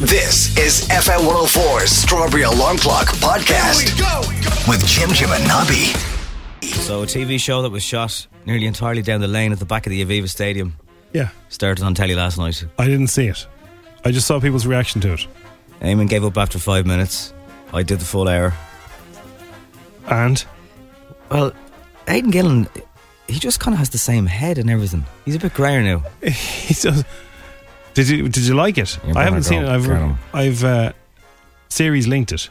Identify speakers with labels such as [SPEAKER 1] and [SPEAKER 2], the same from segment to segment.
[SPEAKER 1] This is FM 104's Strawberry Alarm Clock Podcast with Jim Jim and Nobby.
[SPEAKER 2] So, a TV show that was shot nearly entirely down the lane at the back of the Aviva Stadium
[SPEAKER 3] Yeah,
[SPEAKER 2] started on telly last night.
[SPEAKER 3] I didn't see it. I just saw people's reaction to it.
[SPEAKER 2] Eamon gave up after five minutes. I did the full hour.
[SPEAKER 3] And
[SPEAKER 2] Well, Aidan Gillen, he just kind of has the same head and everything. He's a bit grayer now.
[SPEAKER 3] he says, "Did you did you like it?
[SPEAKER 2] Yeah,
[SPEAKER 3] I haven't
[SPEAKER 2] but
[SPEAKER 3] seen it.
[SPEAKER 2] I
[SPEAKER 3] I've
[SPEAKER 2] don't-
[SPEAKER 3] I've uh, series linked it,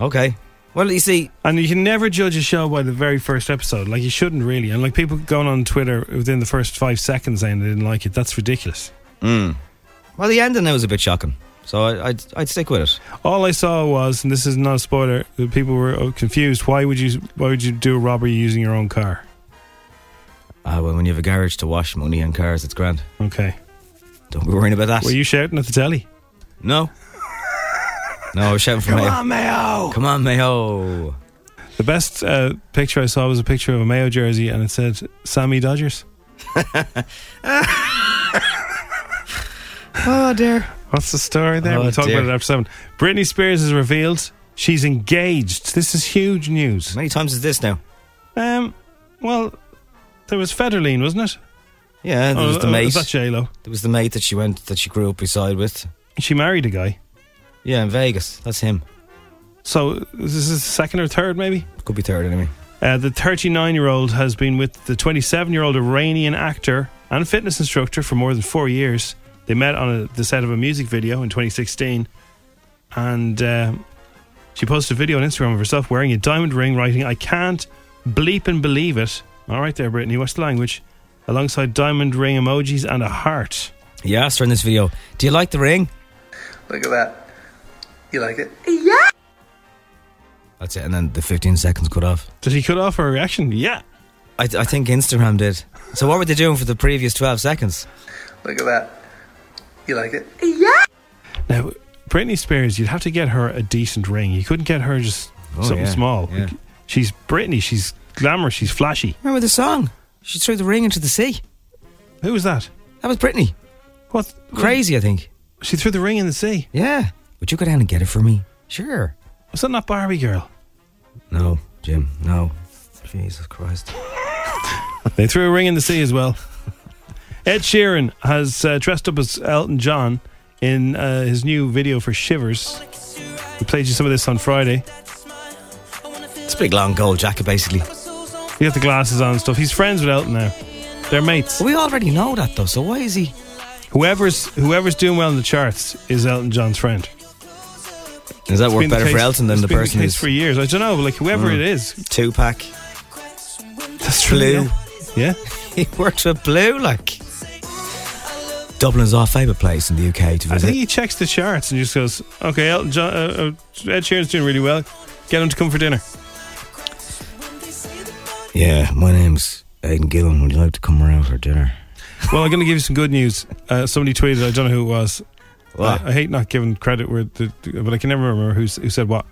[SPEAKER 2] Okay. Well, you see,
[SPEAKER 3] and you can never judge a show by the very first episode. Like you shouldn't really. And like people going on Twitter within the first five seconds saying they didn't like it. That's ridiculous.
[SPEAKER 2] Hmm. well, the ending now was a bit shocking. So I, I'd, I'd stick with it.
[SPEAKER 3] All I saw was, and this is not a spoiler. that People were uh, confused. Why would you why would you do a robbery using your own car?
[SPEAKER 2] Ah, well, when you have a garage to wash money and cars, it's grand.
[SPEAKER 3] Okay.
[SPEAKER 2] Don't be worrying about that.
[SPEAKER 3] Were you shouting at the telly?
[SPEAKER 2] No. No, I was shouting for Mayo.
[SPEAKER 3] Mayo.
[SPEAKER 2] Come on, Mayo.
[SPEAKER 3] The best uh, picture I saw was a picture of a Mayo jersey, and it said Sammy Dodgers.
[SPEAKER 2] Oh, dear.
[SPEAKER 3] What's the story there?
[SPEAKER 2] Oh,
[SPEAKER 3] we'll talk
[SPEAKER 2] dear.
[SPEAKER 3] about it after seven. Britney Spears is revealed she's engaged. This is huge news.
[SPEAKER 2] How many times is this now?
[SPEAKER 3] Um, well, there was Federline, wasn't it?
[SPEAKER 2] Yeah, there was the
[SPEAKER 3] oh,
[SPEAKER 2] mate.
[SPEAKER 3] Is that J Lo?
[SPEAKER 2] There was the mate that she went that she grew up beside with.
[SPEAKER 3] She married a guy.
[SPEAKER 2] Yeah, in Vegas. That's him.
[SPEAKER 3] So this is his second or third, maybe.
[SPEAKER 2] Could be third anyway.
[SPEAKER 3] Uh, the 39-year-old has been with the 27-year-old Iranian actor and fitness instructor for more than four years. They met on a, the set of a music video in 2016, and um, she posted a video on Instagram of herself wearing a diamond ring, writing "I can't bleep and believe it." All right, there, Brittany, what's the language? Alongside diamond ring emojis and a heart.
[SPEAKER 2] He asked her in this video, "Do you like the ring?"
[SPEAKER 4] Look at that. You like it?
[SPEAKER 2] That's it, and then the 15 seconds cut off.
[SPEAKER 3] Did he cut off her reaction? Yeah.
[SPEAKER 2] I, I think Instagram did. So what were they doing for the previous 12 seconds?
[SPEAKER 4] Look at that. You like it?
[SPEAKER 3] Now, Britney Spears, you'd have to get her a decent ring. You couldn't get her just
[SPEAKER 2] Oh,
[SPEAKER 3] something
[SPEAKER 2] yeah,
[SPEAKER 3] small.
[SPEAKER 2] yeah.
[SPEAKER 3] She's Britney. She's glamorous. She's flashy.
[SPEAKER 2] Remember the song? She threw the ring into the sea.
[SPEAKER 3] Who was that?
[SPEAKER 2] That was Britney.
[SPEAKER 3] What?
[SPEAKER 2] Crazy, I think.
[SPEAKER 3] She threw the ring in the sea.
[SPEAKER 2] Yeah. Would you go down and get it for me? Sure.
[SPEAKER 3] Was that not Barbie girl?
[SPEAKER 2] No, Jim. No. Jesus Christ.
[SPEAKER 3] They threw a ring in the sea as well. Ed Sheeran has uh, dressed up as Elton John in uh, his new video for Shivers. We played you some of this on Friday.
[SPEAKER 2] It's a big long gold jacket, basically.
[SPEAKER 3] He got the glasses on and stuff. He's friends with Elton now. They're mates.
[SPEAKER 2] But we already know that, though. So why is he?
[SPEAKER 3] Whoever's whoever's doing well in the charts is Elton John's friend.
[SPEAKER 2] Does that work
[SPEAKER 3] been the
[SPEAKER 2] better for
[SPEAKER 3] case-
[SPEAKER 2] Elton than
[SPEAKER 3] it's
[SPEAKER 2] the
[SPEAKER 3] been
[SPEAKER 2] person Mm.
[SPEAKER 3] the case
[SPEAKER 2] who's
[SPEAKER 3] for years. I don't know, but like whoever it is,
[SPEAKER 2] two pack?
[SPEAKER 3] that's
[SPEAKER 2] Blue.
[SPEAKER 3] Yeah,
[SPEAKER 2] He works with Blue, like. Dublin's our favourite place in the UK to
[SPEAKER 3] I
[SPEAKER 2] visit.
[SPEAKER 3] think he checks the charts and just goes, "Okay, Elton John, uh, uh, Ed Sheeran's doing really well. Get him to come for dinner."
[SPEAKER 2] Yeah, my name's Aidan Gillen. Would you like to come around for dinner?
[SPEAKER 3] well, I'm going to give you some good news. Uh, somebody tweeted, I don't know who it was. I, I hate not giving credit where, the, but I can never remember who, who said what.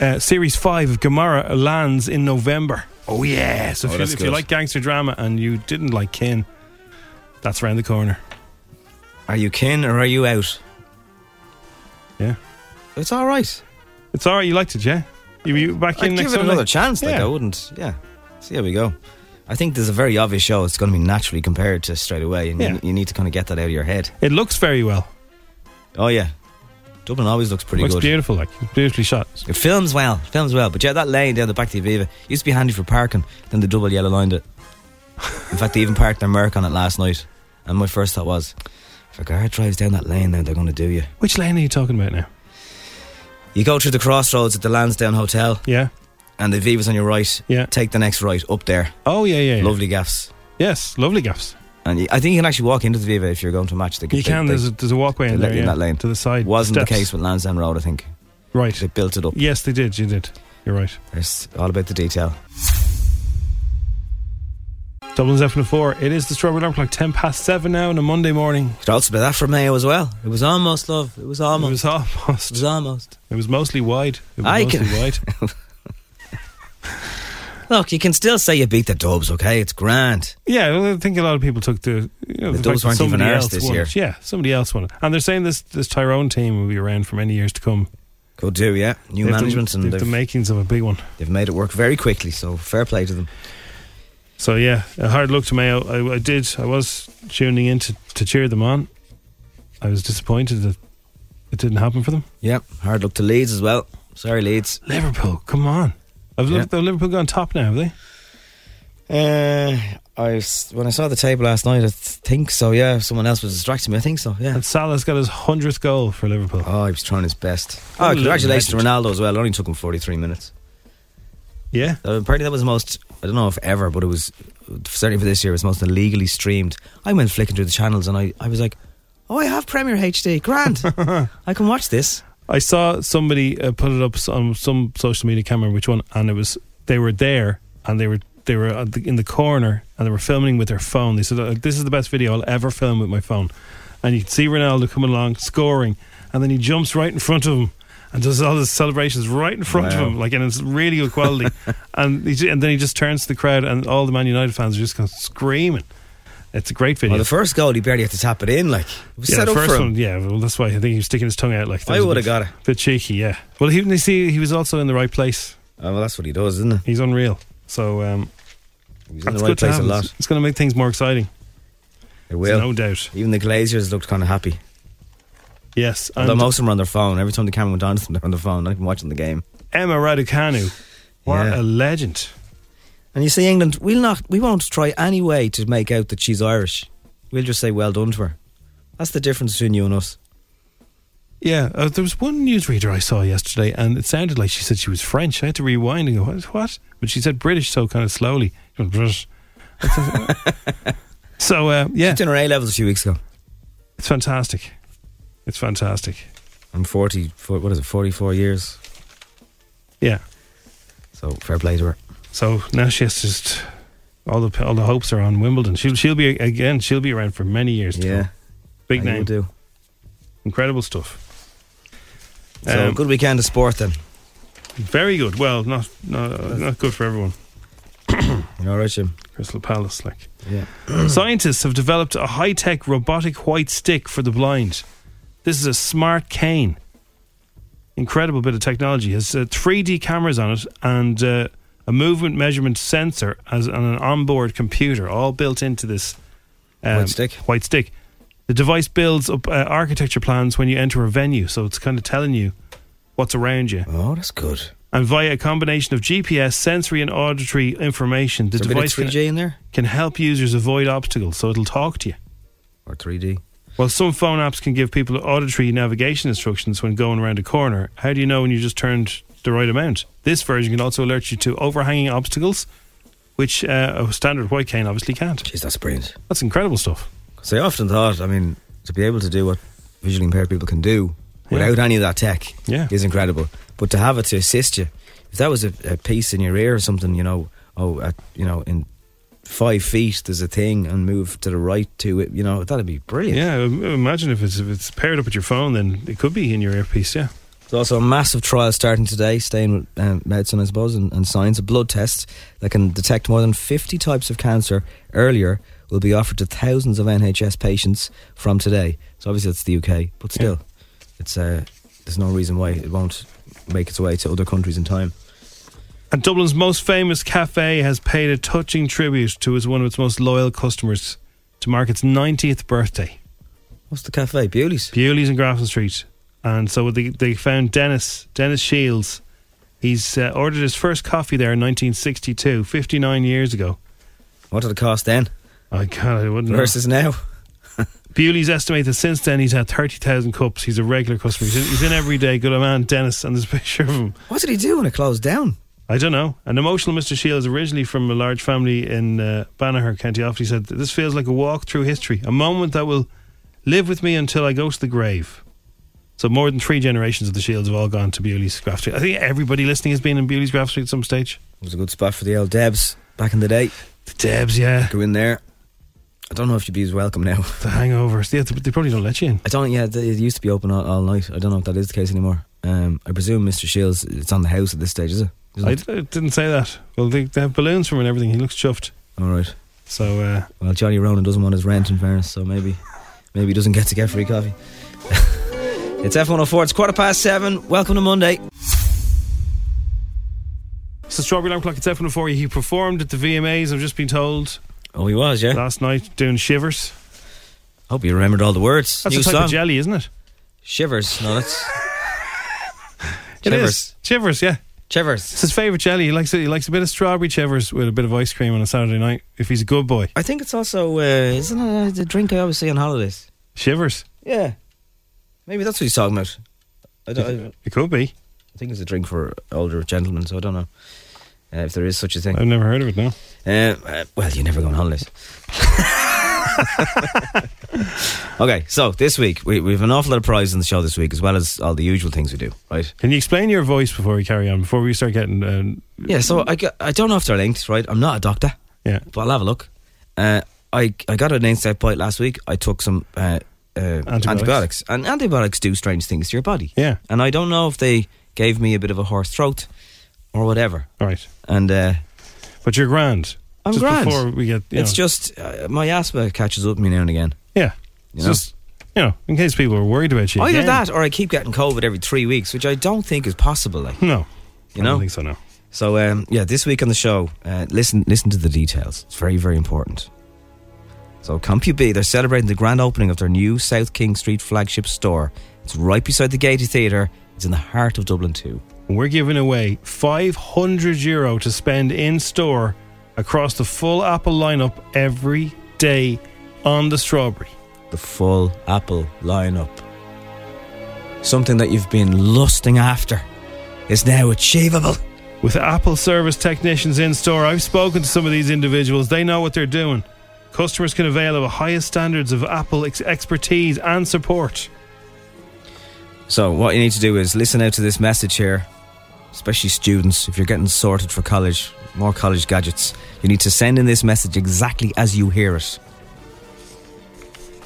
[SPEAKER 3] Uh, series five of Gamara lands in November. Oh yeah! So
[SPEAKER 2] Oh,
[SPEAKER 3] if,
[SPEAKER 2] that's
[SPEAKER 3] you, if you
[SPEAKER 2] good.
[SPEAKER 3] like gangster drama and you didn't like Kin, that's around the corner.
[SPEAKER 2] Are you kin or are you out?
[SPEAKER 3] Yeah,
[SPEAKER 2] It's all right.
[SPEAKER 3] it's all right. You liked it, yeah? You, you back in
[SPEAKER 2] I'd give
[SPEAKER 3] next
[SPEAKER 2] it
[SPEAKER 3] Sunday?
[SPEAKER 2] another chance. Like
[SPEAKER 3] Yeah.
[SPEAKER 2] I wouldn't. Yeah. See how we go. I think there's a very obvious show. It's going to be naturally compared to straight away, and
[SPEAKER 3] Yeah.
[SPEAKER 2] you, you need to kind of get that out of your head.
[SPEAKER 3] It looks very well.
[SPEAKER 2] Oh yeah, Dublin always looks pretty
[SPEAKER 3] looks
[SPEAKER 2] good.
[SPEAKER 3] beautiful, like beautifully shot.
[SPEAKER 2] It films well, films well. But yeah, that lane down the back of the Aviva used to be handy for parking. Then the double yellow lined it. In fact, they even parked their Merc on it last night. And my first thought was, if a guard drives down that lane, now they're going to do you.
[SPEAKER 3] Which lane are you talking about now?
[SPEAKER 2] You go through the crossroads at the Lansdowne Hotel,
[SPEAKER 3] Yeah.
[SPEAKER 2] and the Aviva's on your right.
[SPEAKER 3] Yeah.
[SPEAKER 2] Take the next right up there.
[SPEAKER 3] Oh yeah, yeah. yeah.
[SPEAKER 2] Lovely gaffs.
[SPEAKER 3] Yes, lovely gaffs.
[SPEAKER 2] And you, I think you can actually walk into the Aviva if you're going to a match. They,
[SPEAKER 3] You can.
[SPEAKER 2] They,
[SPEAKER 3] there's, a, there's a walkway
[SPEAKER 2] they
[SPEAKER 3] in
[SPEAKER 2] let
[SPEAKER 3] there
[SPEAKER 2] you in
[SPEAKER 3] yeah,
[SPEAKER 2] that lane.
[SPEAKER 3] to the side.
[SPEAKER 2] wasn't the
[SPEAKER 3] steps.
[SPEAKER 2] case with Lansdowne Road. I think
[SPEAKER 3] Right.
[SPEAKER 2] they built it up.
[SPEAKER 3] Yes, they did. You did. You're right.
[SPEAKER 2] It's all about the detail.
[SPEAKER 3] Dublin's F and four. It is the strawberry alarm clock. Ten past seven now on a Monday morning.
[SPEAKER 2] Could also be that for Mayo as well. It was almost love. It was
[SPEAKER 3] It
[SPEAKER 2] almost.
[SPEAKER 3] was almost.
[SPEAKER 2] It was almost.
[SPEAKER 3] It was mostly wide. It was
[SPEAKER 2] I
[SPEAKER 3] mostly
[SPEAKER 2] can-
[SPEAKER 3] wide.
[SPEAKER 2] Look, you can still say you beat the Dubs, okay? It's grand.
[SPEAKER 3] Yeah, well, I think a lot of people took the. You know,
[SPEAKER 2] The
[SPEAKER 3] fact
[SPEAKER 2] Dubs
[SPEAKER 3] that
[SPEAKER 2] weren't
[SPEAKER 3] somebody
[SPEAKER 2] even ours
[SPEAKER 3] else
[SPEAKER 2] this
[SPEAKER 3] won
[SPEAKER 2] year.
[SPEAKER 3] it. Yeah, somebody else won it, and they're saying this this Tyrone team will be around for many years to come.
[SPEAKER 2] Could do, yeah. New
[SPEAKER 3] They've the-
[SPEAKER 2] management, and
[SPEAKER 3] they've
[SPEAKER 2] they've,
[SPEAKER 3] the makings of a big one.
[SPEAKER 2] they've made it work very quickly. So fair play to them.
[SPEAKER 3] So yeah, a hard look to Mayo. I, I did. I was tuning in to, to cheer them on. I was disappointed that it didn't happen for them.
[SPEAKER 2] Yeah, hard luck to Leeds as well. Sorry, Leeds.
[SPEAKER 3] Liverpool, come on! I've
[SPEAKER 2] Yeah.
[SPEAKER 3] looked. Liverpool gone top now, have they?
[SPEAKER 2] Uh, I was, when I saw the table last night, I th- think so. Yeah, someone else was distracting me. I think so. Yeah.
[SPEAKER 3] And Salah's got his hundredth goal for Liverpool.
[SPEAKER 2] Oh, he was trying his best.
[SPEAKER 3] What
[SPEAKER 2] Oh,
[SPEAKER 3] a little
[SPEAKER 2] congratulations to
[SPEAKER 3] legend.
[SPEAKER 2] Ronaldo as well. It only took him forty-three minutes.
[SPEAKER 3] Yeah,
[SPEAKER 2] Uh, apparently, that was the most. I don't know if ever, but it was certainly for this year. It was the most illegally streamed. I went flicking through the channels, and I, I was like, "Oh, I have Premier HD. Grand. I can watch this."
[SPEAKER 3] I saw somebody uh, put it up on some social media camera, which one, and it was they were there and they were they were at the, in the corner and they were filming with their phone. They said, "Uh, "This is the best video I'll ever film with my phone," and you could see Ronaldo coming along scoring, and then he jumps right in front of him. And does all his celebrations right in front
[SPEAKER 2] Wow.
[SPEAKER 3] of him, like in his radial quality, and he, ju- and then he just turns to the crowd, and all the Man United fans are just kind of screaming. It's a great video.
[SPEAKER 2] Well, the first goal, he barely had to tap it in. Like it was
[SPEAKER 3] Yeah,
[SPEAKER 2] set
[SPEAKER 3] the
[SPEAKER 2] up
[SPEAKER 3] first
[SPEAKER 2] for him.
[SPEAKER 3] one. Yeah, well, that's why I think he was sticking his tongue out like that.
[SPEAKER 2] I
[SPEAKER 3] was a
[SPEAKER 2] would've
[SPEAKER 3] bit-
[SPEAKER 2] got it.
[SPEAKER 3] Bit cheeky, yeah. Well, he you see, he was also in the right place.
[SPEAKER 2] Oh, well, that's what he does, isn't it?
[SPEAKER 3] He's unreal. So um,
[SPEAKER 2] He's in
[SPEAKER 3] that's
[SPEAKER 2] the
[SPEAKER 3] good
[SPEAKER 2] right
[SPEAKER 3] to
[SPEAKER 2] place a
[SPEAKER 3] have.
[SPEAKER 2] lot.
[SPEAKER 3] It's, going to make things more exciting.
[SPEAKER 2] It
[SPEAKER 3] There's
[SPEAKER 2] will.
[SPEAKER 3] no doubt.
[SPEAKER 2] Even the Glaziers looked kind of happy.
[SPEAKER 3] Yes,
[SPEAKER 2] Although
[SPEAKER 3] and
[SPEAKER 2] most of them were on their phone. Every time the camera went on, to them, they're on their phone, not even watching the game.
[SPEAKER 3] Emma Raducanu, what
[SPEAKER 2] Yeah.
[SPEAKER 3] a legend.
[SPEAKER 2] And you see, England, we'll not, we won't try any way to make out that she's Irish. We'll just say, well done to her. That's the difference between you and us.
[SPEAKER 3] Yeah, uh, there was one newsreader I saw yesterday, and it sounded like she said she was French. I had to rewind and go, "What?" what? But she said British so kind of slowly. She went, "British." I said, so uh, yeah,
[SPEAKER 2] She's in her A levels a few weeks ago.
[SPEAKER 3] it's fantastic. It's fantastic.
[SPEAKER 2] I'm 40, for- what is it, 44 years.
[SPEAKER 3] Yeah.
[SPEAKER 2] So fair play to her.
[SPEAKER 3] So now she has to just all the all the hopes are on Wimbledon. She'll she'll be again. She'll be around for many years. To
[SPEAKER 2] Yeah.
[SPEAKER 3] come. big
[SPEAKER 2] I will
[SPEAKER 3] name,
[SPEAKER 2] do.
[SPEAKER 3] incredible stuff.
[SPEAKER 2] So
[SPEAKER 3] Um,
[SPEAKER 2] good weekend of sport then.
[SPEAKER 3] Very good. Well, not not, not good for everyone.
[SPEAKER 2] You know, right, Jim?
[SPEAKER 3] Crystal Palace, like
[SPEAKER 2] Yeah.
[SPEAKER 3] scientists have developed a high tech robotic white stick for the blind. This is a smart cane. Incredible bit of technology. Has uh, 3D cameras on it and uh, a movement measurement sensor as on an onboard computer, all built into this um,
[SPEAKER 2] White stick.
[SPEAKER 3] White stick. The device builds up uh, architecture plans when you enter a venue, so it's kind of telling you what's around you.
[SPEAKER 2] Oh, that's good.
[SPEAKER 3] And via a combination of GPS, sensory, and auditory information, the
[SPEAKER 2] Is there a bit of
[SPEAKER 3] device
[SPEAKER 2] 3G
[SPEAKER 3] can,
[SPEAKER 2] in there?
[SPEAKER 3] can help users avoid obstacles. So it'll talk to you.
[SPEAKER 2] Or 3D?
[SPEAKER 3] While some phone apps can give people auditory navigation instructions when going around a corner, how do you know when you just turned the right amount? This version can also alert you to overhanging obstacles, which uh, a standard white cane obviously can't.
[SPEAKER 2] Jeez, that's brilliant.
[SPEAKER 3] That's incredible stuff.
[SPEAKER 2] Because I often thought, I mean, to be able to do what visually impaired people can do without any of that tech
[SPEAKER 3] Yeah.
[SPEAKER 2] is incredible. But to have it to assist you, if that was a, a piece in your ear or something, you know, oh, at, you know, in five feet there's a thing and move to the right to it, you know, that'd be brilliant.
[SPEAKER 3] Yeah, im- imagine if it's if it's paired up with your phone, then it could be in your earpiece. Yeah,
[SPEAKER 2] There's also a massive trial starting today, staying with um, medicine, I suppose, and, and science. A blood test that can detect more than 50 types of cancer earlier will be offered to thousands of NHS patients from today. So obviously that's the UK, but still, it's uh, there's no reason why it won't make its way to other countries in time.
[SPEAKER 3] and Dublin's most famous cafe has paid a touching tribute to as one of its most loyal customers to mark its 90th birthday.
[SPEAKER 2] What's the cafe? Bewley's.
[SPEAKER 3] Bewley's in Grafton Street, and so they they found Dennis Dennis Shields. He's uh, ordered his first coffee there in 1962, 59 years ago.
[SPEAKER 2] What did it cost then
[SPEAKER 3] I God, I wouldn't. know.
[SPEAKER 2] versus now?
[SPEAKER 3] Bewley's estimate that since then he's had 30,000 cups. He's a regular customer. He's in, he's in every day. Good old man, Dennis, and there's a picture of him.
[SPEAKER 2] What did he do when it closed down?
[SPEAKER 3] I don't know. An emotional Mr. Shields, originally from a large family in uh, Banagher, County Offaly, said, This feels like a walk through history, a moment that will live with me until I go to the grave. So, more than three generations of the Shields have all gone to Bewley's Graf Street. I think everybody listening has been in Bewley's Graf Street at some stage.
[SPEAKER 2] It was a good spot for the old Debs back in the day.
[SPEAKER 3] The Debs, yeah.
[SPEAKER 2] Go in there. I don't know if you'd be as welcome now.
[SPEAKER 3] The hangovers. Yeah, they probably don't let you in.
[SPEAKER 2] I don't. Yeah, they- it used to be open all, all night. I don't know if that is the case anymore. Um, I presume Mr. Shields, it's on the house at this stage, is it?
[SPEAKER 3] I, I
[SPEAKER 2] isn't
[SPEAKER 3] didn't say that. Well, they, they have balloons from him and everything. He looks
[SPEAKER 2] it?
[SPEAKER 3] chuffed.
[SPEAKER 2] All right.
[SPEAKER 3] So, uh,
[SPEAKER 2] Well, Johnny Ronan doesn't want his rent, in fairness, so maybe maybe he doesn't get to get free coffee. it's F104, it's quarter past seven. Welcome to Monday.
[SPEAKER 3] so Strawberry Alarm Clock, it's F104. He performed at the VMAs, I've just been told,
[SPEAKER 2] Oh, he was, yeah?
[SPEAKER 3] last night doing Shivers.
[SPEAKER 2] Hope you remembered all the words.
[SPEAKER 3] That's
[SPEAKER 2] New
[SPEAKER 3] a type
[SPEAKER 2] song.
[SPEAKER 3] of jelly, isn't it?
[SPEAKER 2] Shivers. No, that's.
[SPEAKER 3] It
[SPEAKER 2] Chivers.
[SPEAKER 3] is. Chivers, yeah. It's
[SPEAKER 2] Chivers.
[SPEAKER 3] his favourite jelly. He likes it. He likes a bit of strawberry chivers with a bit of ice cream on a Saturday night if he's a good boy.
[SPEAKER 2] I think it's also, uh, isn't it uh, the drink I always see on holidays?
[SPEAKER 3] Shivers.
[SPEAKER 2] Yeah. Maybe that's what he's talking about. I, don't, I,
[SPEAKER 3] It could be.
[SPEAKER 2] I think it's a drink for older gentlemen, so I don't know uh, if there is such a thing.
[SPEAKER 3] I've never heard of it now.
[SPEAKER 2] Uh, uh, well, you never go on holidays. okay, so this week we, we have an awful lot of prizes on the show this week, as well as all the usual things we do, right?
[SPEAKER 3] Can you explain your voice before we carry on? Before we start getting, uh,
[SPEAKER 2] Yeah. So I, got, I don't know if they're linked, right? I'm not a doctor,
[SPEAKER 3] yeah,
[SPEAKER 2] but I'll have a look. Uh, I I got an insight point last week. I took some uh, uh, antibiotics. and antibiotics do strange things to your body.
[SPEAKER 3] yeah,
[SPEAKER 2] And I don't know if they gave me a bit of a hoarse throat or whatever.
[SPEAKER 3] all right.
[SPEAKER 2] And uh,
[SPEAKER 3] But you're grand.
[SPEAKER 2] I'm
[SPEAKER 3] just
[SPEAKER 2] grand.
[SPEAKER 3] Before we get, you
[SPEAKER 2] it's
[SPEAKER 3] know,
[SPEAKER 2] just uh, my asthma catches up with me now and again.
[SPEAKER 3] yeah,
[SPEAKER 2] You
[SPEAKER 3] It's
[SPEAKER 2] know?
[SPEAKER 3] just you know, in case people are worried about you.
[SPEAKER 2] Either
[SPEAKER 3] again.
[SPEAKER 2] that, or I keep getting COVID every three weeks, which I don't think is possible. Like
[SPEAKER 3] no,
[SPEAKER 2] you
[SPEAKER 3] I
[SPEAKER 2] know.
[SPEAKER 3] don't think so. No,
[SPEAKER 2] So um, yeah, this week on the show, uh, listen listen to the details. It's very very important. So CompuB, they're celebrating the grand opening of their new South King Street flagship store. It's right beside the Gaiety Theatre. It's in the heart of Dublin too.
[SPEAKER 3] we're giving away 500 euro to spend in store across the full Apple lineup every day on the strawberry.
[SPEAKER 2] The full Apple lineup. Something that you've been lusting after is now achievable.
[SPEAKER 3] With Apple service technicians in store, I've spoken to some of these individuals. They know what they're doing. Customers can avail of the highest standards of Apple ex- expertise and support.
[SPEAKER 2] So what you need to do is listen out to this message here, especially students. If you're getting sorted for college, more college gadgets, you need to send in this message exactly as you hear it.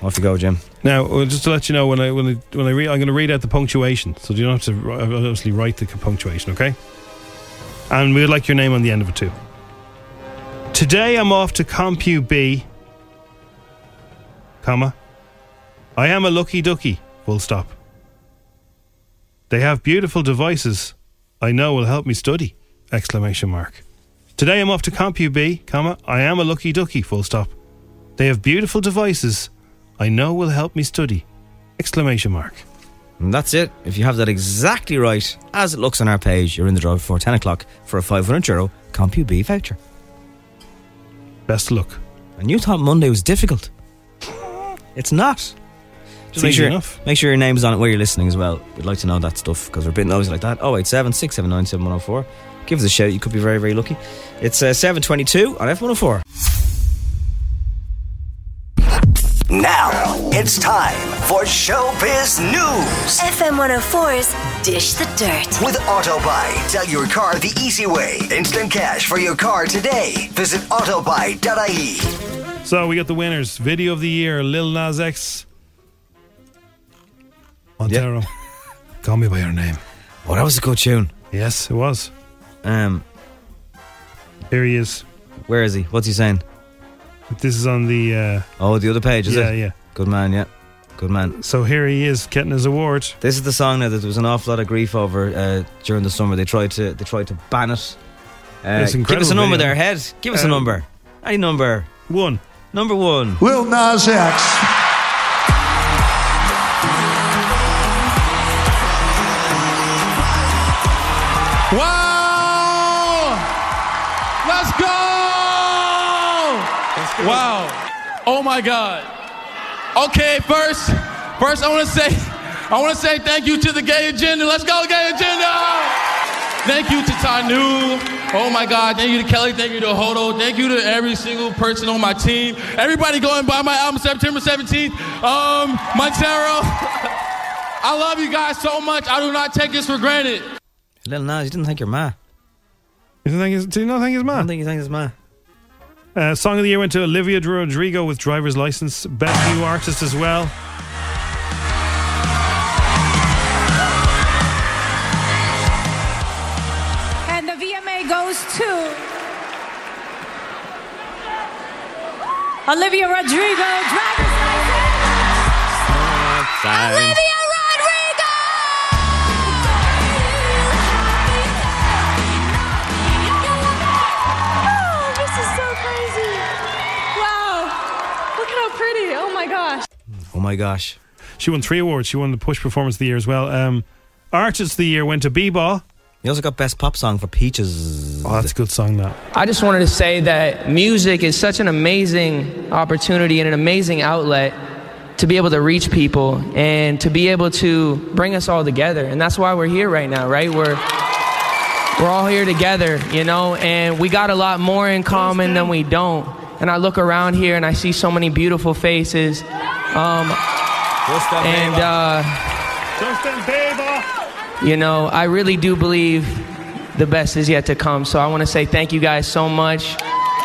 [SPEAKER 2] Off you go, Jim.
[SPEAKER 3] Now, uh, just to let you know, when I when I, when I read, I'm going to read out the punctuation, so you don't have to ri- uh, obviously write the punctuation, okay? And we would like your name on the end of it too. Today, I'm off to Compu B, comma. I am a lucky ducky. Full stop. They have beautiful devices. I know will help me study! Exclamation mark. Today, I'm off to Compu B, comma. I am a lucky ducky. Full stop. They have beautiful devices. I know will help me study. Exclamation mark.
[SPEAKER 2] And that's it. If you have that exactly right, as it looks on our page, you're in the draw before 10 o'clock for a 500 euro CompuB voucher.
[SPEAKER 3] Best of luck.
[SPEAKER 2] And you thought Monday was difficult. It's not.
[SPEAKER 3] It's
[SPEAKER 2] make
[SPEAKER 3] easy
[SPEAKER 2] sure,
[SPEAKER 3] enough.
[SPEAKER 2] Make sure your name's on it where you're listening as well. We'd like to know that stuff because we're bitten those like that. 087 679 7104. Give us a shout. You could be very, very lucky. It's uh, 722 on F104.
[SPEAKER 1] Now it's time for Showbiz News
[SPEAKER 5] FM 104's Dish the Dirt.
[SPEAKER 1] with Autobuy. Sell your car the easy way. Instant cash for your car today. Visit autobuy.ie.
[SPEAKER 3] So we got the winners. Video of the year, Lil Nas X. Montero. Call me by your name.
[SPEAKER 2] Oh, that was a good tune.
[SPEAKER 3] Yes, it was.
[SPEAKER 2] Um,
[SPEAKER 3] Here he is.
[SPEAKER 2] Where is he? What's he saying?
[SPEAKER 3] This is on the uh,
[SPEAKER 2] Oh, the other page, is
[SPEAKER 3] yeah,
[SPEAKER 2] it?
[SPEAKER 3] yeah.
[SPEAKER 2] Good man, yeah. Good man.
[SPEAKER 3] So here he is getting his award.
[SPEAKER 2] This is the song now that there was an awful lot of grief over uh, during the summer. They tried to they tried to ban it. Uh,
[SPEAKER 3] It's
[SPEAKER 2] give us
[SPEAKER 3] incredible
[SPEAKER 2] a number
[SPEAKER 3] video.
[SPEAKER 2] there, head. Give us a
[SPEAKER 3] Um,
[SPEAKER 2] number. Any number.
[SPEAKER 3] One.
[SPEAKER 2] Number one.
[SPEAKER 6] Lil Nas X.
[SPEAKER 7] Wow! Let's go! Wow! Oh my God! Okay, first, first I want to say, I want to say thank you to the Gay Agenda. Let's go, Gay Agenda! Thank you to Tanu. Oh my God! Thank you to Kelly. Thank you to Hodo. Thank you to every single person on my team. Everybody going buy my album September 17th. Um, Montero. I love you guys so much. I do not take this for granted.
[SPEAKER 2] Little Nas, you didn't thank your ma.
[SPEAKER 3] Isn't that his, do you not think his
[SPEAKER 2] I don't
[SPEAKER 3] man?
[SPEAKER 2] think you thanked his ma.
[SPEAKER 3] Uh, Song of the year went to Olivia Rodrigo with Driver's License. Best new artist as well.
[SPEAKER 8] And the VMAs
[SPEAKER 6] birthday goes to Olivia Rodrigo. Driver's license. Olivia Rodrigo.
[SPEAKER 8] Oh, this is so crazy. Wow. Look how pretty. Oh my gosh.
[SPEAKER 2] Oh my gosh.
[SPEAKER 3] She won three awards. She won the Push Performance of the Year as well. Um, Artist of the Year went to Bebo.
[SPEAKER 2] He also got Best Pop Song for Peaches.
[SPEAKER 3] Oh, that's a good song, that.
[SPEAKER 9] I just wanted to say that music is such an amazing opportunity and an amazing outlet to be able to reach people and to be able to bring us all together. And that's why we're here right now, right? We're we're all here together, you know, and we got a lot more in common than we don't. And I look around here and I see so many beautiful faces. Um,
[SPEAKER 2] What's that name?
[SPEAKER 9] and
[SPEAKER 3] Justin
[SPEAKER 9] uh,
[SPEAKER 3] Bieber.
[SPEAKER 9] you know, I really do believe the best is yet to come. So I want to say thank you guys so much.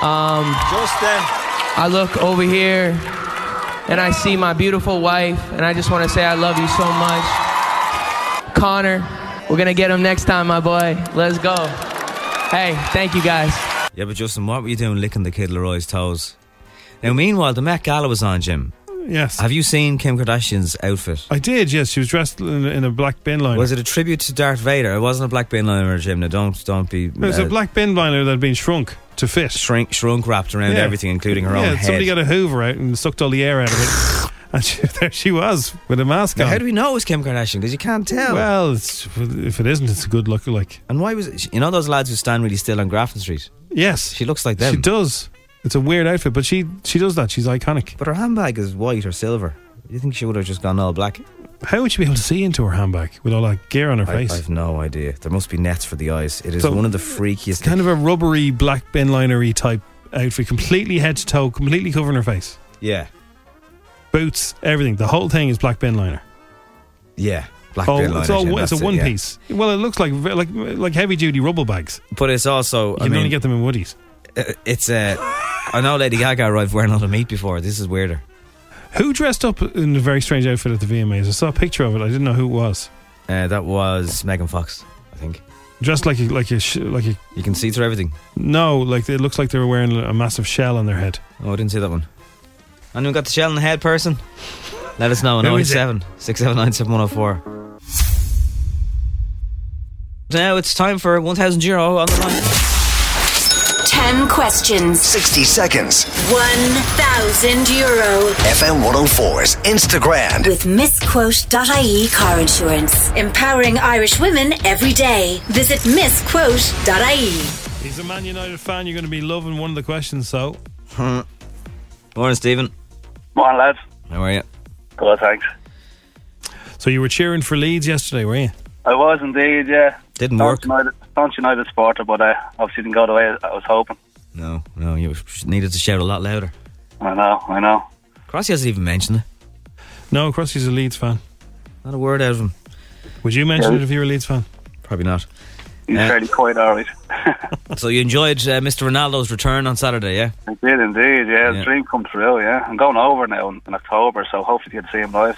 [SPEAKER 9] Um,
[SPEAKER 2] Justin.
[SPEAKER 9] I look over here and I see my beautiful wife, and I just want to say I love you so much. Connor, we're going to get him next time, my boy. Let's go. Hey, thank you guys.
[SPEAKER 2] Yeah, but Justin, what were you doing licking the kid Leroy's toes? Now, meanwhile, the Met Gala was on, Jim.
[SPEAKER 3] Yes.
[SPEAKER 2] Have you seen Kim Kardashian's outfit?
[SPEAKER 3] I did, yes. She was dressed in in a black bin liner.
[SPEAKER 2] Was it a tribute to Darth Vader? It wasn't a black bin liner, Jim. Now, don't don't be
[SPEAKER 3] It was
[SPEAKER 2] uh,
[SPEAKER 3] a black bin liner that had been shrunk to fit.
[SPEAKER 2] shrink shrunk wrapped around
[SPEAKER 3] Yeah.
[SPEAKER 2] everything, including her
[SPEAKER 3] yeah,
[SPEAKER 2] own head.
[SPEAKER 3] Somebody got a Hoover out and sucked all the air out of it. and she, there she was with a mask
[SPEAKER 2] now,
[SPEAKER 3] on.
[SPEAKER 2] how do we know it was Kim Kardashian? Because you can't tell.
[SPEAKER 3] well, it's, if it isn't, it's a good look. Like,
[SPEAKER 2] and why was it, you know those lads who stand really still on Grafton Street?
[SPEAKER 3] yes,
[SPEAKER 2] She looks like them.
[SPEAKER 3] She does. It's a weird outfit, but she she does that. She's iconic.
[SPEAKER 2] But her handbag is white or silver. You think she would have just gone all black?
[SPEAKER 3] How would she be able to see into her handbag with all that gear on her
[SPEAKER 2] I,
[SPEAKER 3] face?
[SPEAKER 2] I've no idea. There must be nets for the eyes. It is
[SPEAKER 3] So-
[SPEAKER 2] one of the freakiest.
[SPEAKER 3] kind of a rubbery black bin linery type outfit, completely head to toe, completely covering her face,
[SPEAKER 2] yeah,
[SPEAKER 3] boots, everything. The whole thing is black bin liner.
[SPEAKER 2] yeah. Black
[SPEAKER 3] Oh,
[SPEAKER 2] bin liner,
[SPEAKER 3] it's all
[SPEAKER 2] Jim,
[SPEAKER 3] it's
[SPEAKER 2] that's it,
[SPEAKER 3] a one
[SPEAKER 2] yeah.
[SPEAKER 3] piece. Well, it looks like like like heavy duty rubble bags.
[SPEAKER 2] But it's also.
[SPEAKER 3] You
[SPEAKER 2] I
[SPEAKER 3] can only
[SPEAKER 2] mean,
[SPEAKER 3] get them in Woodies.
[SPEAKER 2] uh, it's Uh, I know Lady Gaga arrived wearing all the meat before. This is weirder.
[SPEAKER 3] Who dressed up in a very strange outfit at the VMAs? I saw a picture of it. I didn't know who it was.
[SPEAKER 2] Uh, that was Megan Fox, I think.
[SPEAKER 3] Dressed like a, like a sh- like a
[SPEAKER 2] You can see through everything.
[SPEAKER 3] no, like it looks like they were wearing a massive shell on their head.
[SPEAKER 2] Oh, I didn't see that one. Anyone got the shell in the head person? Let us know on
[SPEAKER 3] Who is it?
[SPEAKER 2] 087 679 7104. Now it's time for 1000 euro on the line.
[SPEAKER 5] 10 questions,
[SPEAKER 1] 60 seconds.
[SPEAKER 5] 1,000 euro
[SPEAKER 1] FM 104's Instagram.
[SPEAKER 5] with misquote.ie E car insurance. Empowering Irish women every day. Visit misquote.ie.
[SPEAKER 3] He's a Man United fan. You're going to be loving one of the questions. So
[SPEAKER 2] Morning, Stephen.
[SPEAKER 10] Morning, lads.
[SPEAKER 2] How are you?
[SPEAKER 10] Good, thanks.
[SPEAKER 3] so you were cheering for Leeds yesterday, were you?
[SPEAKER 10] I was indeed, yeah.
[SPEAKER 2] Didn't
[SPEAKER 10] Don't
[SPEAKER 2] work.
[SPEAKER 10] United, don't United supporter, but uh, obviously didn't go the way I was hoping.
[SPEAKER 2] No, no, you needed to shout a lot louder.
[SPEAKER 10] I know, I know.
[SPEAKER 2] Crossy hasn't even mentioned it.
[SPEAKER 3] No, Crossy's a Leeds fan.
[SPEAKER 2] Not a word out of him.
[SPEAKER 3] Would you mention it if you were a Leeds fan?
[SPEAKER 2] Probably not.
[SPEAKER 10] He's
[SPEAKER 2] Yeah.
[SPEAKER 10] fairly quiet, all right.
[SPEAKER 2] So you enjoyed uh, Mr. Ronaldo's return on Saturday, yeah?
[SPEAKER 10] I did indeed,
[SPEAKER 2] Yeah.
[SPEAKER 10] yeah. The dream come true, yeah. I'm going over now in, in October, so hopefully you can see him live.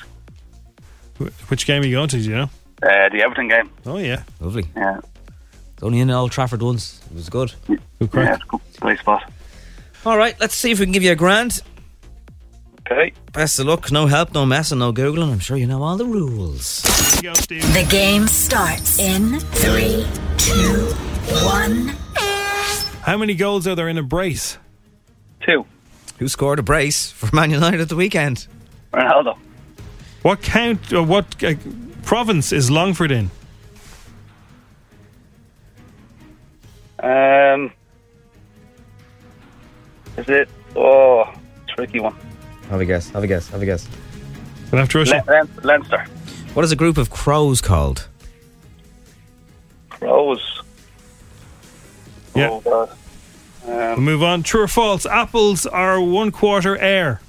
[SPEAKER 3] Wh- Which game are you going to? Do you know?
[SPEAKER 10] Uh, the Everton game,
[SPEAKER 3] Oh yeah,
[SPEAKER 2] Lovely.
[SPEAKER 10] yeah.
[SPEAKER 2] It's only in Old Trafford once. It was good.
[SPEAKER 3] good
[SPEAKER 10] Yeah,
[SPEAKER 3] crack.
[SPEAKER 10] it's a good- great spot.
[SPEAKER 2] All right, let's see if we can give you a grand.
[SPEAKER 10] Okay.
[SPEAKER 2] Best of luck. No help, no messing, no googling. I'm sure you know all the rules.
[SPEAKER 3] Here you go, Steve.
[SPEAKER 5] The game starts in three, two, one.
[SPEAKER 3] How many goals are there in a brace?
[SPEAKER 10] Two.
[SPEAKER 2] Who scored a brace for Man United at the weekend?
[SPEAKER 10] Ronaldo.
[SPEAKER 3] What count? Or what uh, province is Longford in?
[SPEAKER 10] Um, is it? Oh, tricky one.
[SPEAKER 2] Have a guess. Have a guess. Have a guess.
[SPEAKER 3] But after Russia,
[SPEAKER 10] Le- Len- Leinster.
[SPEAKER 2] What is a group of crows called?
[SPEAKER 10] Crows.
[SPEAKER 3] Yeah.
[SPEAKER 10] Oh, God.
[SPEAKER 3] we'll move on. True or false? Apples are one quarter air.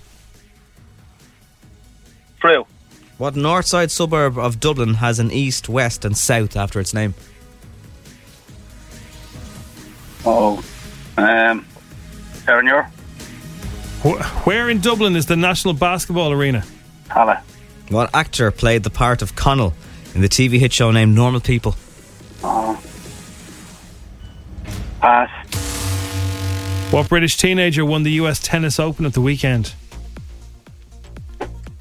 [SPEAKER 10] True.
[SPEAKER 2] What north side suburb of Dublin has an east, west, and south after its name?
[SPEAKER 10] Oh. Um, Terranure.
[SPEAKER 3] Wh- where in Dublin is the National Basketball Arena?
[SPEAKER 10] Hala.
[SPEAKER 2] What actor played the part of Connell
[SPEAKER 10] Uh-huh.
[SPEAKER 2] in the TV hit show named Normal People?
[SPEAKER 10] Oh. Pass.
[SPEAKER 3] What British teenager won the US Tennis Open at the weekend?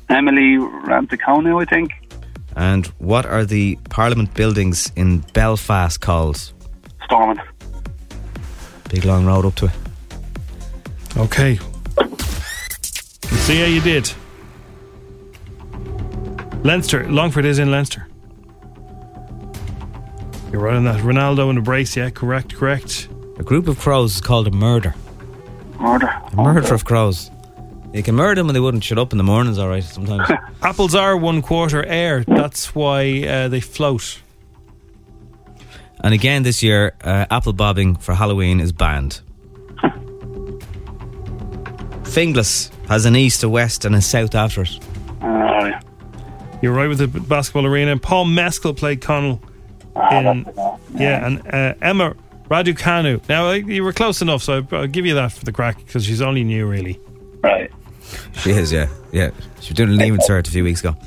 [SPEAKER 10] Emily Rampiconu, I think.
[SPEAKER 2] And what are the Parliament buildings in Belfast called?
[SPEAKER 10] Storming.
[SPEAKER 2] Big long road up to it.
[SPEAKER 3] Okay. See how you did. Leinster. Longford is in Leinster. You're right on that. Ronaldo in a brace, yeah. Correct, correct.
[SPEAKER 2] A group of crows is called a murder.
[SPEAKER 10] Murder.
[SPEAKER 2] A murder of crows. You can murder them and they wouldn't shut up in the mornings, all right, sometimes.
[SPEAKER 3] Apples are one quarter air. That's why uh, they float.
[SPEAKER 2] and again this year, uh, apple bobbing for Halloween is banned. Fingless has an east, a west, and a south after it.
[SPEAKER 10] Uh,
[SPEAKER 3] You're right with the b- basketball arena. Paul Mescal played Connell.
[SPEAKER 10] Ah,
[SPEAKER 3] In, yeah, and uh, Emma Raducanu. Now, uh, you were close enough, so I'll give you that for the crack because she's only new, really.
[SPEAKER 10] right.
[SPEAKER 2] She is, yeah. Yeah. She was doing a leaving cert a few weeks ago.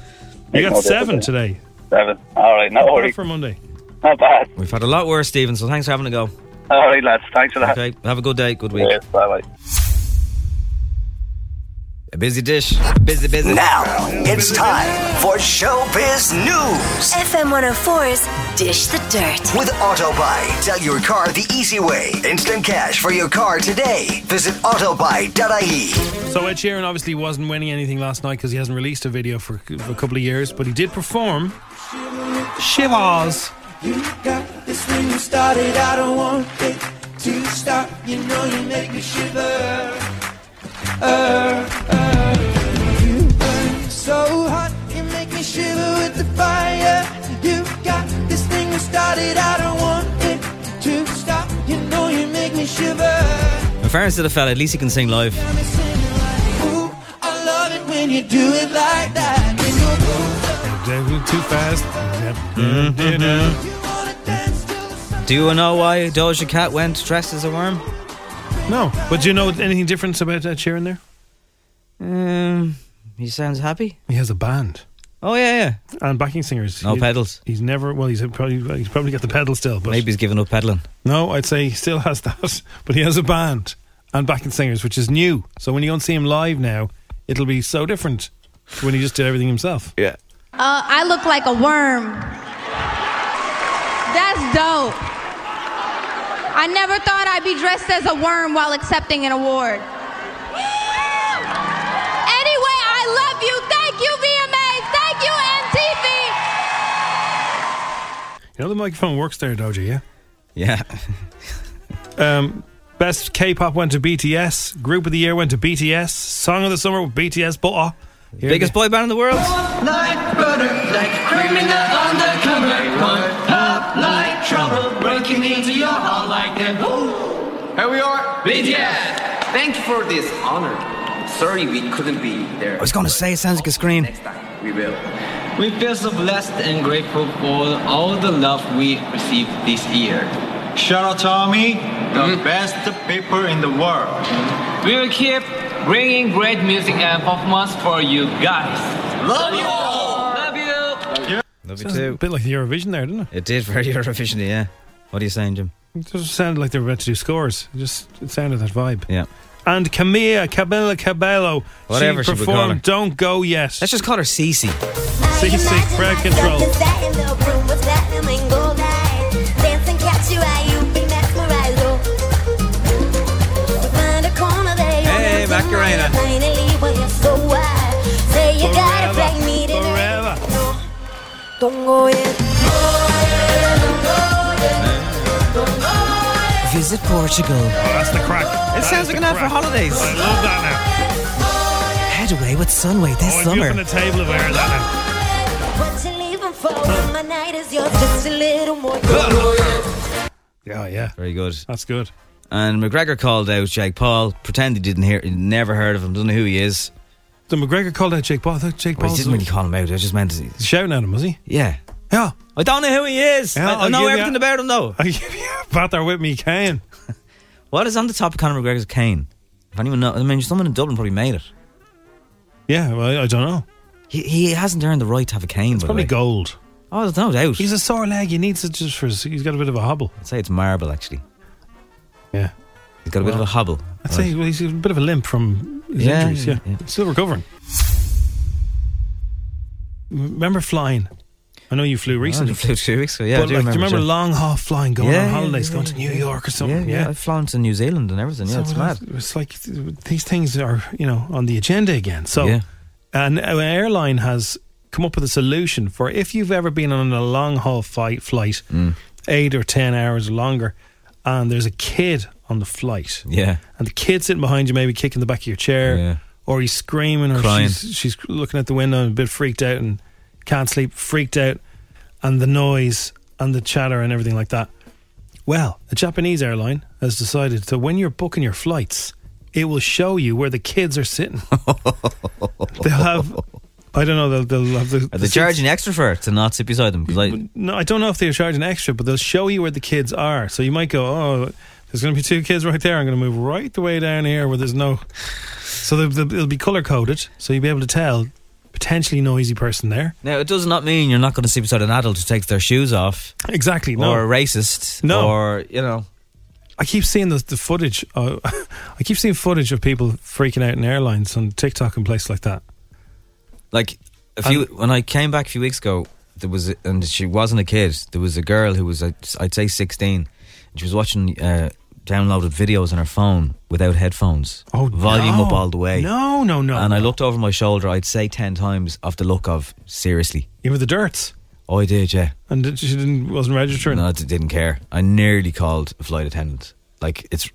[SPEAKER 3] You
[SPEAKER 10] No,
[SPEAKER 3] got
[SPEAKER 10] that's
[SPEAKER 3] seven
[SPEAKER 10] okay.
[SPEAKER 3] today.
[SPEAKER 10] Seven. All right, no
[SPEAKER 3] Order
[SPEAKER 10] worries.
[SPEAKER 3] for Monday.
[SPEAKER 10] Not bad.
[SPEAKER 2] We've had a lot worse, Stephen, so thanks for having a go.
[SPEAKER 10] All right, lads. Thanks for that.
[SPEAKER 2] Okay. Have a good day, good week.
[SPEAKER 10] Yes, bye bye.
[SPEAKER 2] A busy dish. Busy, busy.
[SPEAKER 1] Now it's time for Showbiz News
[SPEAKER 5] FM 104's Dish the Dirt.
[SPEAKER 1] with Autobuy. Sell your car the easy way. Instant cash for your car today. Visit autobuy.ie.
[SPEAKER 3] So Ed Sheeran obviously wasn't winning anything last night because he hasn't released a video for c- a couple of years, but he did perform. Shivers.
[SPEAKER 2] In fairness to the fella, at least he can sing live.
[SPEAKER 3] Too fast. Mm-hmm.
[SPEAKER 2] Do you know why Doja Cat went dressed as a worm?
[SPEAKER 3] No, but do you know anything different about Ed Sheeran there?
[SPEAKER 2] Um, he sounds happy.
[SPEAKER 3] He has a band
[SPEAKER 2] Oh yeah, yeah.
[SPEAKER 3] and backing singers.
[SPEAKER 2] No
[SPEAKER 3] He-
[SPEAKER 2] pedals.
[SPEAKER 3] He's never. Well, he's probably well, he's probably got the pedal still, but
[SPEAKER 2] Maybe he's giving up peddling.
[SPEAKER 3] no, I'd say he still has that. But he has a band and backing singers, which is new. So when you go and see him live now, it'll be so different to when he just did everything himself.
[SPEAKER 2] Yeah.
[SPEAKER 6] Uh, I look like a worm. That's dope. I never thought I'd be dressed as a worm while accepting an award. Anyway, I love you. Thank you, VMAs. Thank you, MTV.
[SPEAKER 3] You know the microphone works there, Doja. Yeah.
[SPEAKER 2] Yeah.
[SPEAKER 3] Um, best K-pop went to BTS. Group of the year went to BTS. Song of the summer with BTS. Butter. Here
[SPEAKER 2] Biggest boy band in the world.
[SPEAKER 11] Here we are, BTS. Thank you for this honor. Sorry we couldn't be there.
[SPEAKER 2] I was gonna say it sounds like a scream.
[SPEAKER 11] Next time we will.
[SPEAKER 12] We feel so blessed and grateful for all the love we received this year.
[SPEAKER 13] Shout out to Army, the
[SPEAKER 11] Mm-hmm.
[SPEAKER 13] best people in the world.
[SPEAKER 12] We will keep bringing great music and performance for you guys. Love you all. Love you.
[SPEAKER 2] Love you
[SPEAKER 3] Sounds a
[SPEAKER 2] too.
[SPEAKER 3] bit like the Eurovision there, didn't it?
[SPEAKER 2] It did very Eurovision, yeah. What are you saying, Jim?
[SPEAKER 3] It just sounded like they were about to do scores. It just it sounded that vibe.
[SPEAKER 2] Yeah.
[SPEAKER 3] And Camilla Cabello Cabello,
[SPEAKER 2] Whatever
[SPEAKER 3] she
[SPEAKER 2] she would call her.
[SPEAKER 3] performed "Don't Go Yet."
[SPEAKER 2] Let's just call her Cece.
[SPEAKER 3] CC crowd control.
[SPEAKER 14] Oh.
[SPEAKER 2] Hey, Macarena.
[SPEAKER 14] Finally, when you're so wild, say you gotta break me to
[SPEAKER 3] Forever.
[SPEAKER 14] Don't go yet.
[SPEAKER 2] Visit Portugal.
[SPEAKER 3] Oh, that's the crack.
[SPEAKER 2] It sounds like an ad for holidays.
[SPEAKER 3] I love that
[SPEAKER 2] Head away with Sunway
[SPEAKER 3] now. Oh, I'm up on the table of air that
[SPEAKER 14] What you leaving for? My night is yours, just a little more.
[SPEAKER 3] now. Yeah, yeah,
[SPEAKER 2] Very good.
[SPEAKER 3] that's good.
[SPEAKER 2] And McGregor called out Jake Paul, pretend he didn't hear, he never heard of him, doesn't know who he is.
[SPEAKER 3] So McGregor called out Jake Paul. I thought Jake
[SPEAKER 2] Well, he
[SPEAKER 3] Paul
[SPEAKER 2] didn't really call him out. I just meant, to,
[SPEAKER 3] shouting at him, was he?
[SPEAKER 2] yeah.
[SPEAKER 3] Yeah.
[SPEAKER 2] I don't know who he is.
[SPEAKER 3] Yeah,
[SPEAKER 2] I, I
[SPEAKER 3] I'll
[SPEAKER 2] know
[SPEAKER 3] give you
[SPEAKER 2] everything
[SPEAKER 3] a-
[SPEAKER 2] about him though.
[SPEAKER 3] I give you a bat there with me, Kane.
[SPEAKER 2] What is on the top of Conor McGregor's cane? If anyone knows, I mean, someone in Dublin probably made it.
[SPEAKER 3] Yeah, well, I don't know.
[SPEAKER 2] He, he hasn't earned the right to have a cane. by the
[SPEAKER 3] Probably
[SPEAKER 2] way.
[SPEAKER 3] gold.
[SPEAKER 2] Oh, there's no doubt.
[SPEAKER 3] He's a sore leg. He needs it just for his. He's got a bit of a hobble.
[SPEAKER 2] I'd say it's marble actually.
[SPEAKER 3] Yeah.
[SPEAKER 2] He's got a bit of a hobble.
[SPEAKER 3] I'd say well, he's a bit of a limp from his
[SPEAKER 2] Yeah,
[SPEAKER 3] injuries. Yeah.
[SPEAKER 2] yeah, yeah.
[SPEAKER 3] Still recovering. Remember flying? I know you flew recently.
[SPEAKER 2] I flew two weeks ago. Yeah,
[SPEAKER 3] But,
[SPEAKER 2] I do
[SPEAKER 3] like,
[SPEAKER 2] remember.
[SPEAKER 3] do you remember
[SPEAKER 2] Joe.
[SPEAKER 3] long haul flying, going
[SPEAKER 2] Yeah,
[SPEAKER 3] on
[SPEAKER 2] yeah,
[SPEAKER 3] holidays,
[SPEAKER 2] yeah,
[SPEAKER 3] going
[SPEAKER 2] yeah,
[SPEAKER 3] to New
[SPEAKER 2] yeah.
[SPEAKER 3] York or something?
[SPEAKER 2] Yeah,
[SPEAKER 3] Yeah,
[SPEAKER 2] I've flown to New Zealand and everything. Yeah,
[SPEAKER 3] So
[SPEAKER 2] it's
[SPEAKER 3] it
[SPEAKER 2] mad.
[SPEAKER 3] was- It's like th- these things are, you know, on the agenda again. So,
[SPEAKER 2] Yeah.
[SPEAKER 3] and an airline has come up with a solution for if you've ever been on a long haul flight, flight
[SPEAKER 2] Mm.
[SPEAKER 3] eight or ten hours or longer, and there's a kid on the flight.
[SPEAKER 2] Yeah.
[SPEAKER 3] and the kid sitting behind you, maybe kicking the back of your chair,
[SPEAKER 2] Yeah.
[SPEAKER 3] or he's screaming, or
[SPEAKER 2] Crying.
[SPEAKER 3] she's she's looking at the window and a bit freaked out and can't sleep, freaked out, and the noise and the chatter and everything like that. Well, a Japanese airline has decided that when you're booking your flights, it will show you where the kids are sitting. they'll have, I don't know, they'll, they'll have the.
[SPEAKER 2] Are they
[SPEAKER 3] seats-
[SPEAKER 2] charging extra for it to not sit beside them? 'Cause I,
[SPEAKER 3] No, I don't know if they're charging extra, but they'll show you where the kids are. So you might go, oh, there's going to be two kids right there. I'm going to move right the way down here where there's no. So they'll, they'll, it'll be color coded, so you'll be able to tell potentially noisy person there.
[SPEAKER 2] now, it does not mean you're not going to sit beside an adult who takes their shoes off.
[SPEAKER 3] Exactly. No.
[SPEAKER 2] Or a racist.
[SPEAKER 3] No.
[SPEAKER 2] Or, you know.
[SPEAKER 3] I keep seeing the, the footage. Uh, I keep seeing footage of people freaking out in airlines on TikTok and places like that.
[SPEAKER 2] Like a few when I came back a few weeks ago, there was a, and she wasn't a kid. There was a girl who was I'd, I'd say sixteen. And she was watching uh, downloaded videos on her phone without headphones. Oh, volume
[SPEAKER 3] no.
[SPEAKER 2] up all the way.
[SPEAKER 3] No, no, no.
[SPEAKER 2] And I looked over my shoulder. I'd say ten times off the look of seriously.
[SPEAKER 3] You were the dirts.
[SPEAKER 2] Oh, I did, yeah.
[SPEAKER 3] And did- she didn't wasn't registering.
[SPEAKER 2] No, I d- didn't care. I nearly called a flight attendant. Like it's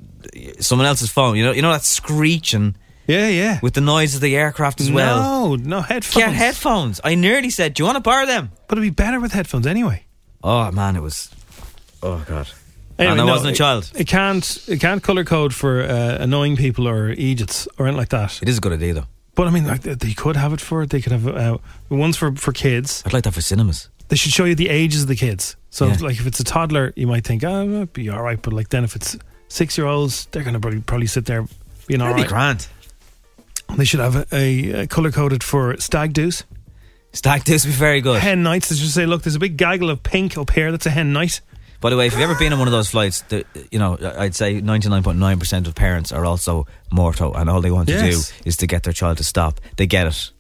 [SPEAKER 2] someone else's phone. You know, you know that screeching.
[SPEAKER 3] Yeah, yeah.
[SPEAKER 2] With the noise of the aircraft as well.
[SPEAKER 3] No, no headphones.
[SPEAKER 2] Get headphones. I nearly said, "Do you want to borrow them?"
[SPEAKER 3] But it'd be better with headphones anyway.
[SPEAKER 2] Oh man, it was. Oh god. and I
[SPEAKER 3] no,
[SPEAKER 2] wasn't a
[SPEAKER 3] it-
[SPEAKER 2] child.
[SPEAKER 3] It, can't it can't color code for uh, annoying people or idiots or anything like that.
[SPEAKER 2] It is a good idea though.
[SPEAKER 3] But I mean, like they- they could have it for they could have uh, ones for for kids.
[SPEAKER 2] I'd like that for cinemas.
[SPEAKER 3] They should show you the ages of the kids. So
[SPEAKER 2] Yeah.
[SPEAKER 3] like if it's a toddler, you might think, oh, it'd be all right. But like then if it's six year olds, they're gonna probably probably sit there being all
[SPEAKER 2] That'd be
[SPEAKER 3] right.
[SPEAKER 2] grand.
[SPEAKER 3] They should have a, a, color coded for stag do's.
[SPEAKER 2] Stag do's would be very good.
[SPEAKER 3] Hen nights. They should say, look, there's a big gaggle of pink up here. That's a hen night.
[SPEAKER 2] By the way, if you've ever been on one of those flights, the, you know I'd say ninety nine point nine percent of parents are also morto, and all they want
[SPEAKER 3] Yes.
[SPEAKER 2] to do is to get their child to stop. They get it.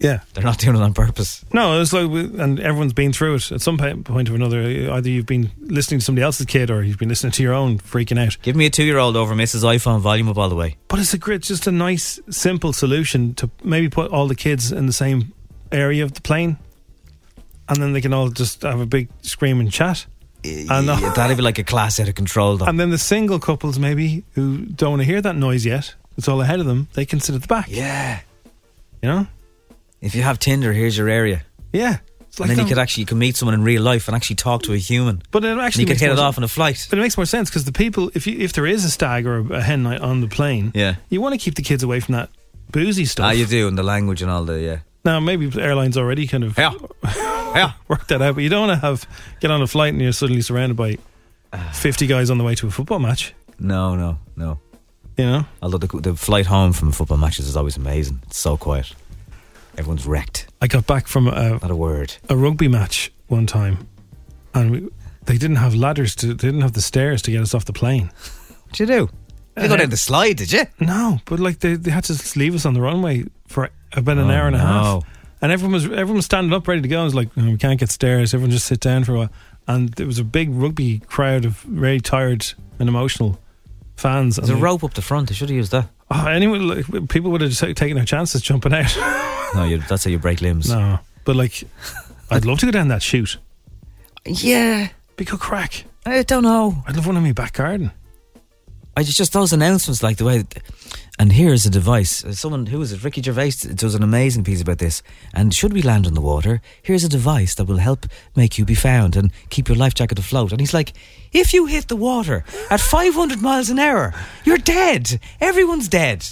[SPEAKER 3] Yeah.
[SPEAKER 2] They're not doing it on purpose.
[SPEAKER 3] No, it's like, we- and everyone's been through it at some pa- point or another. Either you've been listening to somebody else's kid, or you've been listening to your own, freaking out.
[SPEAKER 2] Give me a two year old over Mrs. iPhone volume up all the way.
[SPEAKER 3] But it's a great, just a nice, simple solution to maybe put all the kids in the same area of the plane, and then they can all just have a big scream and chat. And,
[SPEAKER 2] Yeah, that'd be like a class out of control though.
[SPEAKER 3] and then the single couples maybe who don't want to hear that noise yet, it's all ahead of them. They can sit at the back.
[SPEAKER 2] Yeah.
[SPEAKER 3] You know.
[SPEAKER 2] If you have Tinder, here's your area.
[SPEAKER 3] Yeah. It's
[SPEAKER 2] and
[SPEAKER 3] like
[SPEAKER 2] then you
[SPEAKER 3] them-
[SPEAKER 2] could actually you can meet someone in real life and actually talk to a human.
[SPEAKER 3] But it
[SPEAKER 2] And
[SPEAKER 3] actually
[SPEAKER 2] you could
[SPEAKER 3] makes
[SPEAKER 2] hit it
[SPEAKER 3] more
[SPEAKER 2] off
[SPEAKER 3] sense.
[SPEAKER 2] on a flight.
[SPEAKER 3] But it makes more sense because the people, if you, if there is a stag or a hen night on the plane,
[SPEAKER 2] Yeah.
[SPEAKER 3] you want to keep the kids away from that boozy stuff.
[SPEAKER 2] Ah, you do, and the language and all the yeah.
[SPEAKER 3] now maybe airlines already kind of
[SPEAKER 2] Yeah. Yeah.
[SPEAKER 3] worked that out, but you don't want to have get on a flight and you're suddenly surrounded by fifty guys on the way to a football match.
[SPEAKER 2] No, no, no.
[SPEAKER 3] You know,
[SPEAKER 2] Although the, the flight home from football matches is always amazing. It's so quiet. Everyone's wrecked.
[SPEAKER 3] I got back from a,
[SPEAKER 2] Not a word.
[SPEAKER 3] a rugby match one time, and we, they didn't have ladders to they didn't have the stairs to get us off the plane.
[SPEAKER 2] What'd you do? You
[SPEAKER 3] Uh,
[SPEAKER 2] go down the slide, did you?
[SPEAKER 3] No, but like they, they had to just leave us on the runway for about an
[SPEAKER 2] Oh,
[SPEAKER 3] hour and a
[SPEAKER 2] no.
[SPEAKER 3] half. And everyone was everyone was standing up ready to go. I was like, "No, we can't get stairs. Everyone just sit down for a while. And there was a big rugby crowd of very tired and emotional fans.
[SPEAKER 2] There's a
[SPEAKER 3] And they-
[SPEAKER 2] rope up the front. They should have used that.
[SPEAKER 3] oh, anyone, like, people would have ta- taken their chances jumping out.
[SPEAKER 2] No, you, that's how you break limbs.
[SPEAKER 3] no, but like, I'd love to go down that chute.
[SPEAKER 2] Yeah,
[SPEAKER 3] Be good crack.
[SPEAKER 2] I don't know.
[SPEAKER 3] I'd love one in my back garden.
[SPEAKER 2] I just, just those announcements, like the way. that- and here is a device. Uh, Someone who is it? Ricky Gervais does an amazing piece about this. And should we land on the water, here's a device that will help make you be found and keep your life jacket afloat. And he's like, if you hit the water at 500 miles an hour, you're dead. Everyone's dead.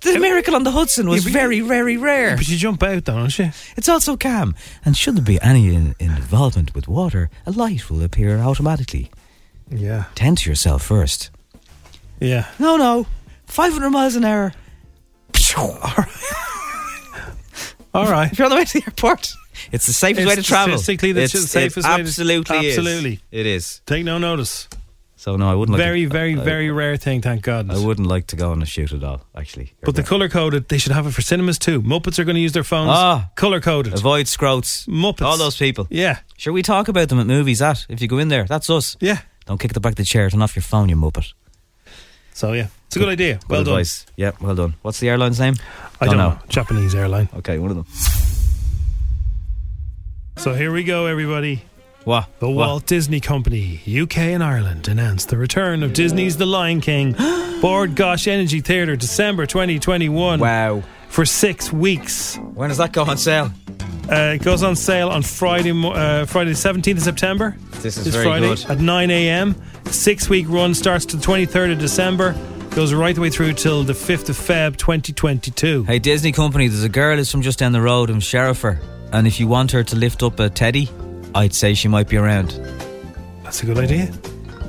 [SPEAKER 2] The miracle on the Hudson was
[SPEAKER 3] Yeah, but-
[SPEAKER 2] very, very rare.
[SPEAKER 3] But you jump out, though, don't you?
[SPEAKER 2] It's also calm, and should there be any in, in involvement with water, a light will appear automatically.
[SPEAKER 3] Yeah.
[SPEAKER 2] Tend to yourself first.
[SPEAKER 3] Yeah.
[SPEAKER 2] No, no, 500 miles an hour.
[SPEAKER 3] All right.
[SPEAKER 2] If you're on the way to the airport, it's the safest way to
[SPEAKER 3] It's
[SPEAKER 2] travel.
[SPEAKER 3] statistically the
[SPEAKER 2] It's-
[SPEAKER 3] safest
[SPEAKER 2] it
[SPEAKER 3] way to-
[SPEAKER 2] absolutely is.
[SPEAKER 3] Absolutely.
[SPEAKER 2] It is.
[SPEAKER 3] Take no notice.
[SPEAKER 2] So no, I wouldn't.
[SPEAKER 3] Very,
[SPEAKER 2] like to,
[SPEAKER 3] very,
[SPEAKER 2] I- I-
[SPEAKER 3] very rare thing, thank God.
[SPEAKER 2] I wouldn't like to go on a shoot at all. Actually,
[SPEAKER 3] But the color coded, they should have it for cinemas too. Muppets are going to use their phones.
[SPEAKER 2] Ah.
[SPEAKER 3] color coded.
[SPEAKER 2] avoid scroats, muppets, all those people.
[SPEAKER 3] Yeah,
[SPEAKER 2] sure. We talk about them at movies. That if you go in there, that's us.
[SPEAKER 3] Yeah.
[SPEAKER 2] Don't kick the back of the chair. Turn off your phone, you muppet.
[SPEAKER 3] So yeah, it's a good idea. Well done.
[SPEAKER 2] advice. Yeah, well done. What's the airline's name?
[SPEAKER 3] I don't know. Japanese airline.
[SPEAKER 2] Okay, one of them.
[SPEAKER 3] So here we go, everybody.
[SPEAKER 2] What?
[SPEAKER 3] The
[SPEAKER 2] What?
[SPEAKER 3] Walt Disney Company, UK and Ireland, announced the return of Disney's The Lion King, Board Gosh Energy Theatre, December 2021.
[SPEAKER 2] Wow.
[SPEAKER 3] For six weeks.
[SPEAKER 2] When does that go on sale?
[SPEAKER 3] Uh, it goes on sale on Friday, mo- uh, Friday the 17th of September.
[SPEAKER 2] This is
[SPEAKER 3] this
[SPEAKER 2] very
[SPEAKER 3] Friday
[SPEAKER 2] good.
[SPEAKER 3] at 9 a.m. Six week run starts to the 23rd of December, goes right the way through till the 5th of Feb 2022.
[SPEAKER 2] Hey, Disney Company, there's a girl who's from just down the road in Sheriffer, and if you want her to lift up a teddy, I'd say she might be around.
[SPEAKER 3] That's a good idea.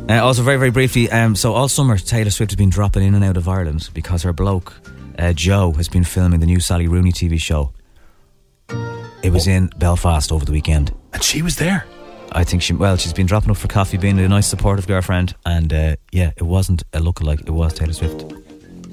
[SPEAKER 2] Uh, also, very, very briefly, um, so all summer Taylor Swift has been dropping in and out of Ireland because her bloke, uh, Joe, has been filming the new Sally Rooney TV show. It was in Belfast over the weekend.
[SPEAKER 3] And she was there.
[SPEAKER 2] I think she, well, she's been dropping up for coffee, being a nice supportive girlfriend, and uh, yeah, it wasn't a lookalike, it was Taylor Swift.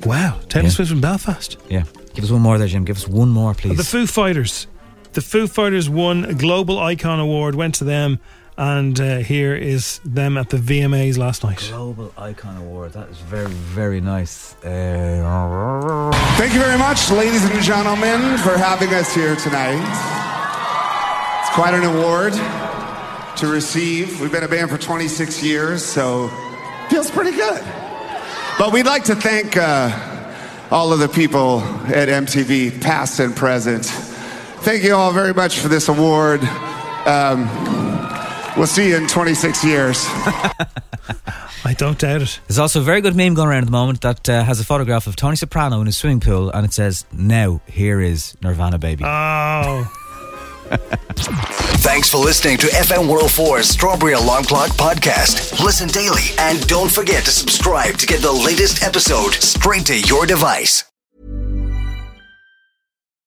[SPEAKER 3] Wow, Taylor
[SPEAKER 2] Yeah.
[SPEAKER 3] Swift from Belfast.
[SPEAKER 2] Yeah. Give us one more there, Jim. Give us one more, please.
[SPEAKER 3] The Foo Fighters. The Foo Fighters won a Global Icon Award, went to them, and uh, here is them at the VMAs last night.
[SPEAKER 2] Global Icon Award. That is very, very nice. eh?
[SPEAKER 7] Thank you very much, ladies and gentlemen, for having us here tonight. It's quite an award to receive. We've been a band for 26 years, so feels pretty good. But we'd like to thank uh, all of the people at MTV, past and present. Thank you all very much for this award. Um, we'll see you in 26 years.
[SPEAKER 3] I don't doubt it.
[SPEAKER 2] There's also a very good meme going around at the moment that uh, has a photograph of Tony Soprano in his swimming pool and it says, Now, here is Nirvana Baby.
[SPEAKER 3] Oh.
[SPEAKER 1] Thanks for listening to FM 104's Strawberry Alarm Clock podcast. Listen daily and don't forget to subscribe to get the latest episode straight to your device.